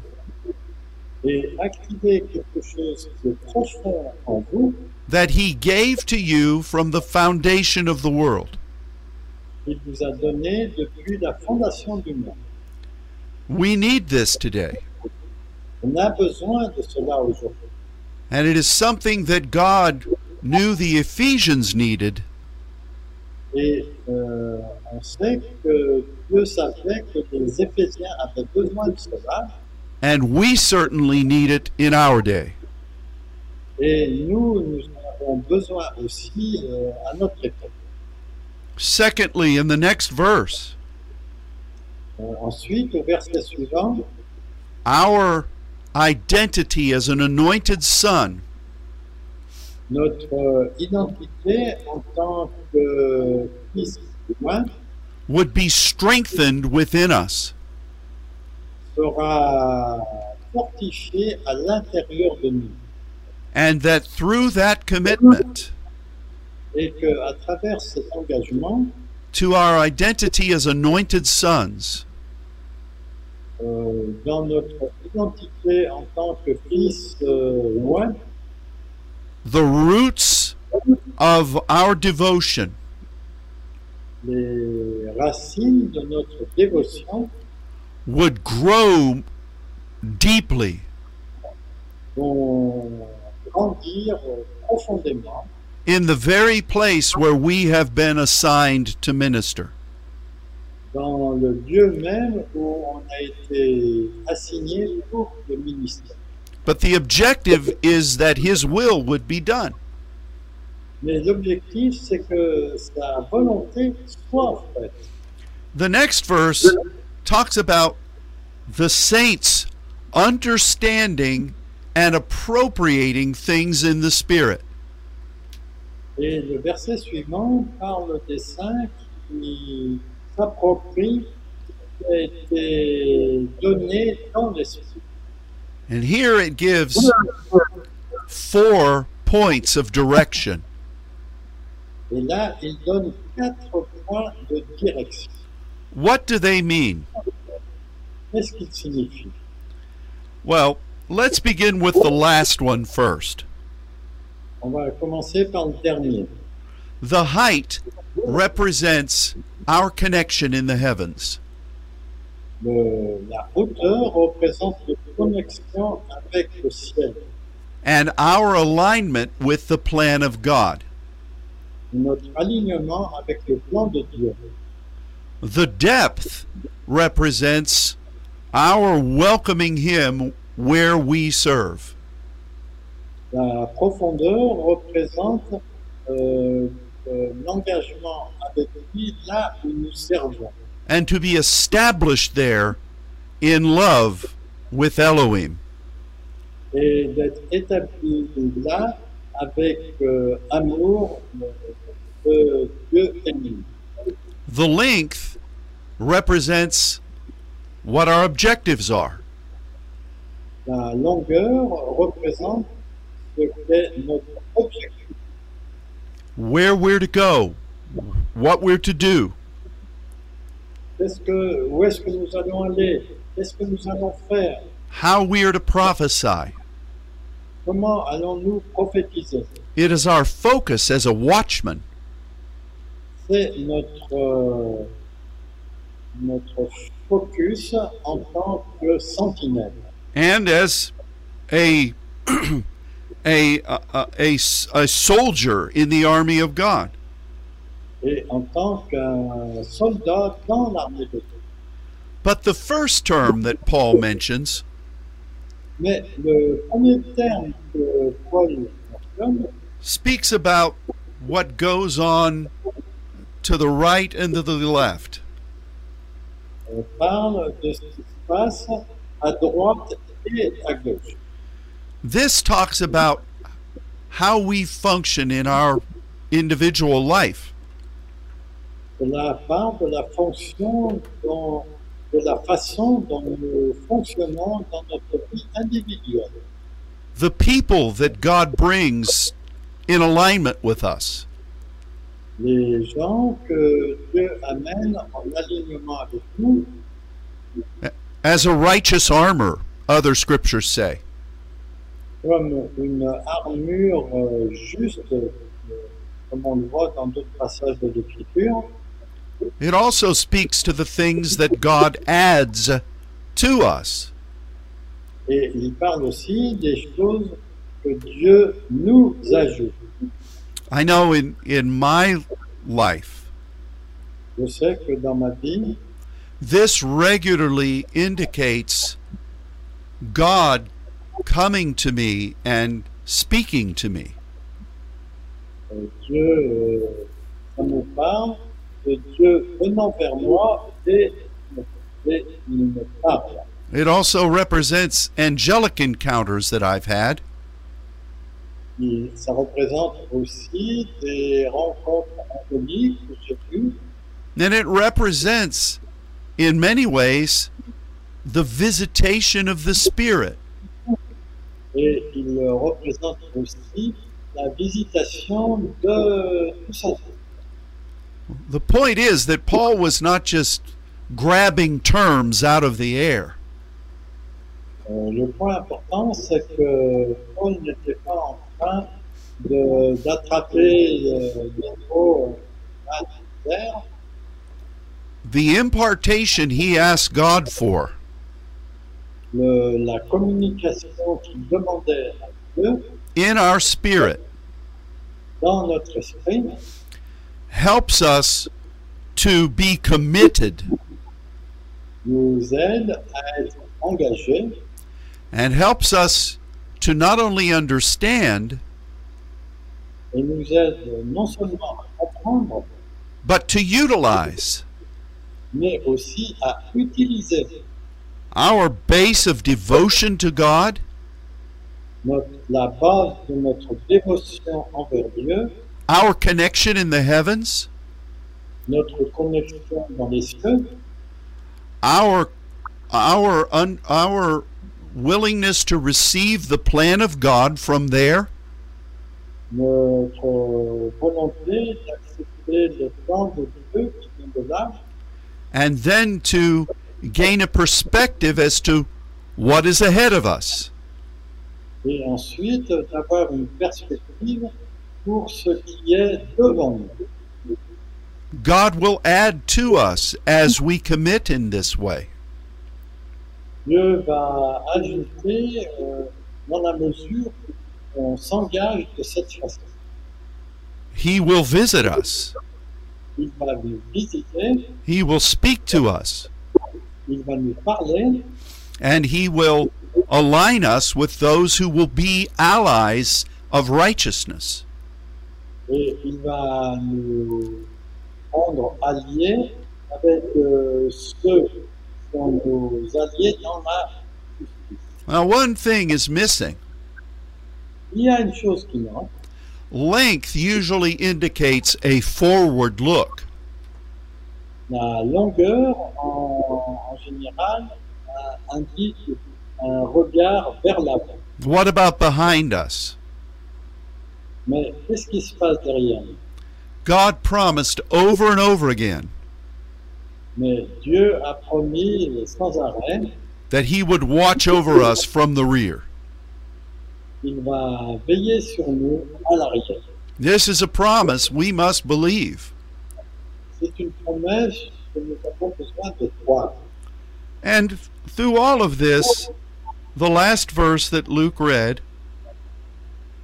B: et activer quelque chose de profond en vous
A: that He gave to you from the foundation of the world.
B: qu'il nous a donné depuis la fondation du monde.
A: We need this today.
B: On a besoin de cela aujourd'hui.
A: And it is something that God knew the Ephesians needed,
B: Et euh, on sait que Dieu savait que les Éphésiens avaient besoin de cela,
A: and we certainly need it in our day.
B: et nous, nous en avons besoin aussi euh, à notre époque.
A: Secondly, in the next verse,
B: Euh, ensuite, au verset suivant,
A: our identity as an anointed son
B: notre euh, identité en tant que fils humain
A: would be strengthened within us.
B: sera fortifiée à l'intérieur de nous.
A: And that through that commitment
B: Et qu'à travers cet engagement,
A: to our identity as anointed sons,
B: euh, dans notre identité en tant que fils euh, loin,
A: the roots of our devotion
B: les racines de notre dévotion
A: would grow deeply
B: vont grandir profondément
A: in the very place where we have been assigned to minister.
B: dans le lieu même où on a été assigné pour le ministère.
A: But the objective is that His will would be done.
B: Mais l'objectif, c'est que sa volonté soit en fait.
A: The next verse talks about the saints understanding and appropriating things in the Spirit.
B: Et le verset suivant parle des saints qui s'approprient ce qui a été donné dans l'esprit.
A: And here it gives four points of direction.
B: Et là, il donne quatre points de direction.
A: What do they mean?
B: Qu'est-ce qu'il signifie
A: Well, let's begin with the last one first.
B: On va commencer par le dernier.
A: The height represents our connection in the heavens.
B: Le- la hauteur représente notre connexion avec le ciel,
A: and our alignment with the plan of God.
B: notre alignement avec le plan de Dieu.
A: The depth represents our welcoming Him where we serve.
B: La profondeur représente euh, euh, l'engagement avec lui là où nous servons
A: And to be established there in love with Elohim.
B: et d'être établi là avec euh, amour euh, de Dieu et nous.
A: The length represents what our objectives are.
B: La longueur représente ce qu'est notre objectif,
A: Where we're to go, what we're to do,
B: Qu'est-ce que, où est-ce que nous allons aller, qu'est-ce que nous allons faire,
A: how we are to prophesy.
B: comment allons-nous prophétiser.
A: It is our focus as a watchman.
B: C'est notre, euh, notre focus en tant que sentinelle
A: and as a (clears throat) a, a, a- a s- a soldier in the army of God.
B: et en tant qu'un soldat dans l'armée de Dieu.
A: But the first term that Paul mentions
B: Mais le premier terme que Paul mentionne,
A: speaks about what goes on to the right and to the left.
B: euh, parle de ce qui se passe à droite et à gauche.
A: This talks about how we function in our individual life.
B: Cela parle de la fonction, dont- de la façon dont nous fonctionnons dans notre vie individuelle.
A: The people that God brings in alignment with us.
B: les gens que Dieu amène en alignement avec nous,
A: As a righteous armor, other scriptures say.
B: comme une armure euh, juste, euh, comme on le voit dans d'autres passages de l'Écriture,
A: It also speaks to the things that God adds to us.
B: Et il parle aussi des choses que Dieu nous ajoute.
A: I know in, in my life,
B: Je sais que dans ma vie,
A: this regularly indicates God coming to me and speaking to me.
B: euh, Dieu euh, ça me parle, et Dieu venant vers moi et, et il me parle.
A: It also represents angelic encounters that I've had.
B: Et ça représente aussi des rencontres angéliques que j'ai eues.
A: And it represents, in many ways, the visitation of the Spirit.
B: Et il euh, représente aussi la visitation de tout ça.
A: The point is that Paul was not just grabbing terms out of the air.
B: Euh, le point important, c'est que Paul n'était pas en train de- d'attraper euh, les mots euh, à terre.
A: The impartation he asked God for
B: Le- la communication qu'il demandait à Dieu
A: in our spirit
B: dans notre esprit
A: helps us to be committed
B: nous aide à être engagés
A: and helps us to not only understand,
B: et nous aide non seulement à comprendre,
A: but to utilize.
B: mais aussi à utiliser
A: Our base of devotion to God
B: notre- la base de notre dévotion envers Dieu,
A: our connection in the heavens,
B: notre connexion dans les cieux,
A: our our un, our willingness to receive the plan of God from there,
B: notre volonté d'accepter le plan de Dieu qui vient de là
A: and then to gain a perspective as to what is ahead of us.
B: et ensuite d'avoir une perspective pour ce qui est devant nous.
A: God will add to us as we commit in this way.
B: Dieu va ajouter euh, dans la mesure où on s'engage de cette façon.
A: He will visit us.
B: Il va nous visiter,
A: He will speak to us
B: il va nous parler
A: and he will align us with those who will be allies of righteousness.
B: et il va nous rendre alliés avec euh, ceux qui sont nos alliés dans la justice.
A: Now, one thing is missing.
B: Il y a une chose qui manque.
A: Length usually indicates a forward look.
B: La longueur, en, en général, euh, indique un regard vers l'avant.
A: What about behind us?
B: Mais qu'est-ce qui se passe derrière nous
A: God promised over and over again
B: Mais Dieu a promis sans arrêt
A: that He would watch over us from the rear.
B: qu'il va veiller sur nous à l'arrière.
A: This is a promise we must believe.
B: C'est une promesse que nous avons besoin de croire.
A: And through all of this, the last verse that Luke read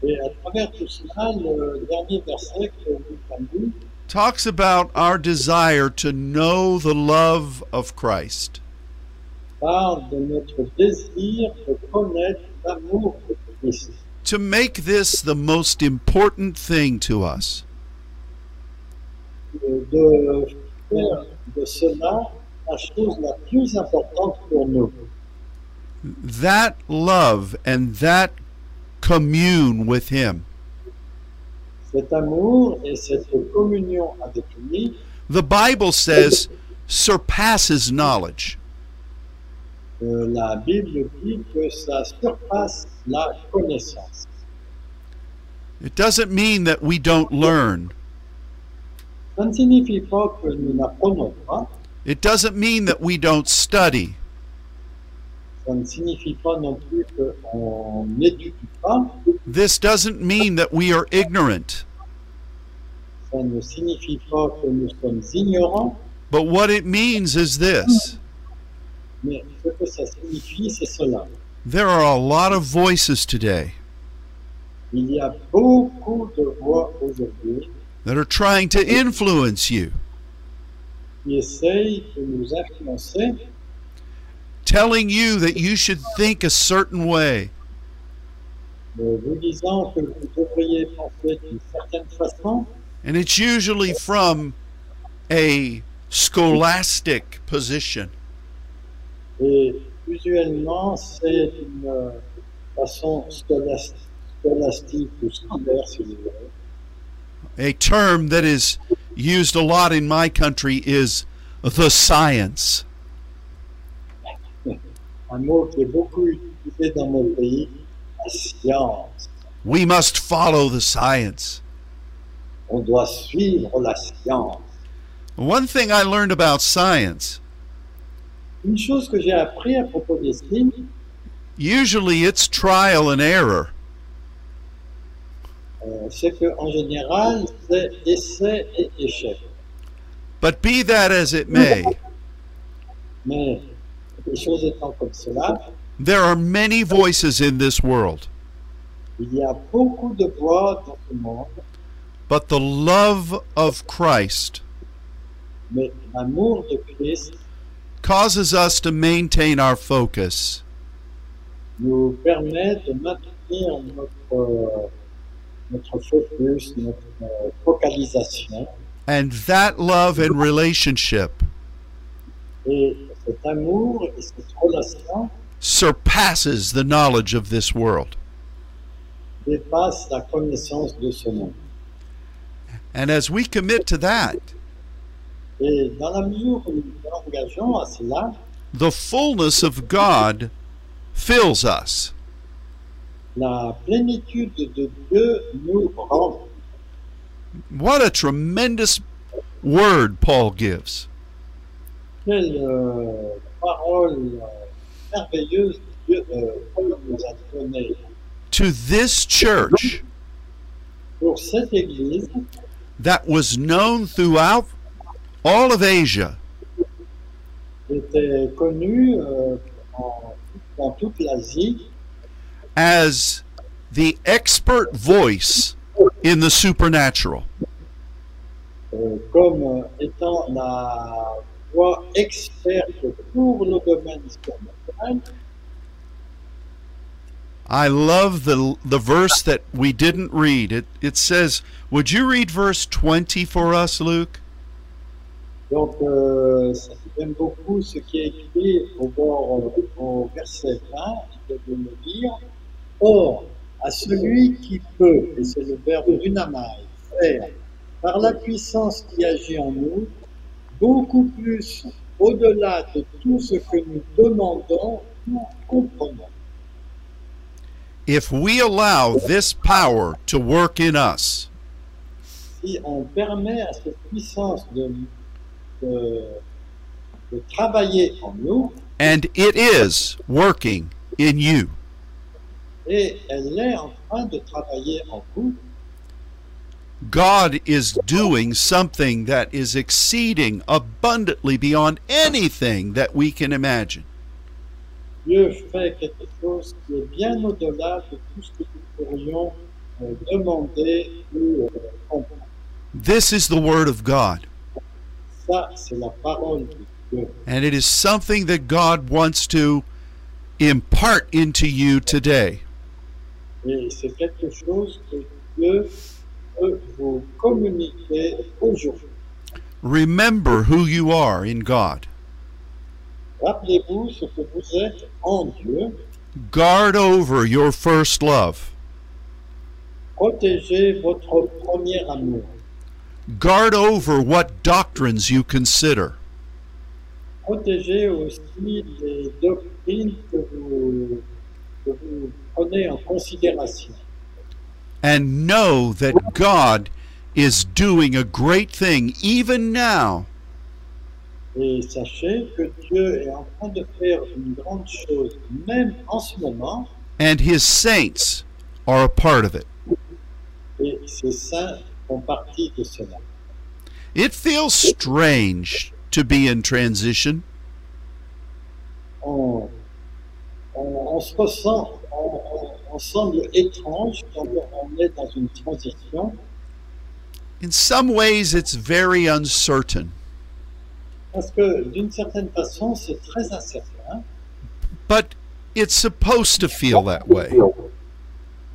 B: Et à travers tout cela, le dernier verset que nous avons lu
A: talks about our desire to know the love of Christ.
B: parle de notre désir de connaître l'amour de Christ,
A: To make this the most important thing to us.
B: de de faire de cela la chose la plus importante pour nous.
A: that love and that commune with him
B: Cet amour et cette communion avec lui
A: the bible says surpasses knowledge
B: Euh, la Bible dit que ça surpasse la connaissance.
A: it doesn't mean that we don't learn
B: Ça ne signifie pas que nous n'apprenons pas,
A: it doesn't mean that we don't study
B: ça ne signifie pas non plus qu'on n'étudie pas,
A: this doesn't mean that we are ignorant
B: ça ne signifie pas que nous sommes ignorants,
A: But what it means is this
B: Mais ce que ça signifie, c'est cela.
A: there are a lot of voices today
B: Il y a beaucoup de voix aujourd'hui
A: that are trying to influence you,
B: qui essayent de nous influencer,
A: telling you that you should think a certain way,
B: en euh, vous disant que vous devriez penser d'une certaine façon,
A: and it's usually from a scholastic position.
B: et usuellement, c'est une euh, façon scolastique, scolastique ou scolaire, si vous voulez.
A: A term that is used a lot in my country is the science.
B: Un mot qui est beaucoup utilisé dans mon pays, la science.
A: We must follow the science.
B: On doit suivre la science.
A: One thing I learned about science
B: Une chose que j'ai appris à propos des signes,
A: usually it's trial and error.
B: euh, c'est qu'en général, c'est essai et échec.
A: But be that as it may,
B: Mais les choses étant comme cela,
A: there are many voices in this world,
B: il y a beaucoup de voix dans ce monde,
A: but the love of Christ
B: mais l'amour de Christ
A: causes us to maintain our focus.
B: nous permet de maintenir notre, euh, notre focus, notre euh, focalisation.
A: And that love and relationship
B: Et cet amour et cette relation
A: surpasses the knowledge of this world.
B: dépassent la connaissance de ce monde.
A: And as we commit to that,
B: Et dans la mesure où nous nous engageons à cela,
A: the fullness of God fills us.
B: la plénitude de Dieu nous rend.
A: What a tremendous word Paul gives.
B: Quelle euh, parole euh, merveilleuse Dieu euh, Paul nous a donnée.
A: To this church
B: Pour cette Église
A: that was known throughout all of Asia,
B: qui était connue euh, en- dans toute l'Asie
A: as the expert voice in the supernatural.
B: euh, comme euh, étant la voix experte pour le domaine spirituel.
A: I love the the verse that we didn't read. It it says, "Would you read verse 20 for us, Luke?"
B: Donc, euh, ça- j'aime beaucoup ce qui est écrit au, bord, euh, au verset 20, il vient de me dire Or, à celui qui peut, et c'est le verbe dunamai, faire, par la puissance qui agit en nous, beaucoup plus au-delà de tout ce que nous demandons ou comprenons.
A: If we allow this power to work in us,
B: Si on permet à cette puissance de, de, de travailler en nous,
A: and it is working in you,
B: et elle est en train de travailler en vous,
A: God is doing something that is exceeding abundantly beyond anything that we can imagine.
B: Dieu fait quelque chose qui est bien au-delà de tout ce que nous pourrions euh, demander ou euh, comprendre.
A: This is the Word of God,
B: Ça, c'est la parole de Dieu.
A: and it is something that God wants to impart into you today.
B: Et c'est quelque chose que Dieu veut vous communiquer aujourd'hui.
A: Remember who you are in God,
B: Rappelez-vous ce que vous êtes en Dieu.
A: guard over your first love,
B: Protégez votre premier amour.
A: guard over what doctrines you consider.
B: Protégez aussi les doctrines que vous, que vous prenez en considération.
A: and know that God is doing a great thing even now
B: Et sachez que Dieu est en train de faire une grande chose, même en ce moment,
A: and his saints are a part of it.
B: et ses saints font partie de cela.
A: It feels strange to be in transition.
B: On, on, on se ressent, on, on- on semble étrange quand on est dans une transition.
A: In some ways, it's very uncertain,
B: Parce que d'une certaine façon, c'est très incertain,
A: but it's supposed to feel that way.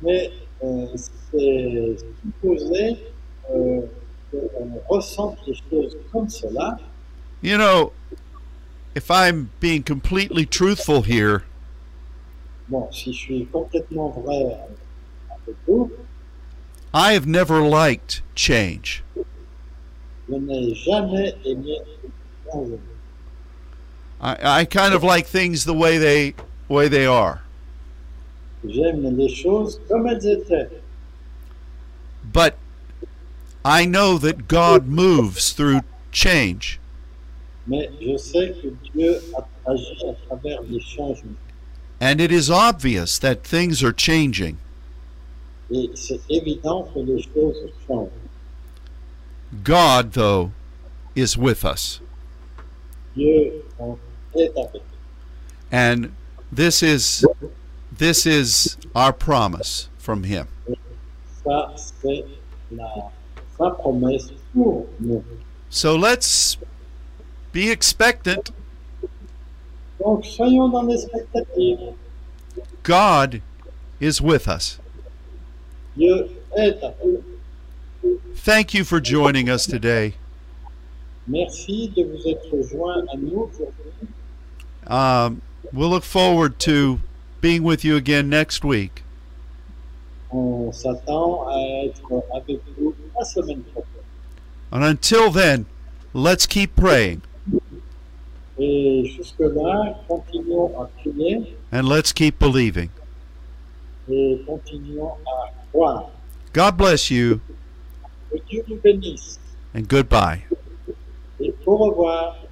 B: mais euh, c'est supposé euh, qu'on ressente les choses comme cela.
A: You know, if I'm being completely truthful here,
B: Bon, si je suis complètement vrai avec vous,
A: I have never liked change.
B: je n'ai jamais aimé le
A: I, I kind of like things the way they way they are.
B: J'aime les choses comme elles étaient.
A: But I know that God moves through change.
B: Mais je sais que Dieu a- agit à travers les changements.
A: And it is obvious that things are changing.
B: Et c'est évident que les choses changent.
A: God, though, is with us.
B: Dieu en est avec nous.
A: And this is this is our promise from him.
B: Ça, c'est la, sa promesse pour nous.
A: So let's be expectant.
B: Donc, soyons dans l'expectative.
A: God is with us.
B: Dieu est avec nous.
A: Thank you for joining us today.
B: Merci de vous être joints à nous aujourd'hui.
A: Um, we'll look forward to being with you again next week.
B: On s'attend à être avec vous la semaine prochaine.
A: And until then, let's keep praying
B: Et jusque-là, continuons à prier
A: and let's keep believing.
B: et continuons à croire.
A: God bless you
B: Que Dieu vous bénisse
A: and goodbye.
B: et au revoir.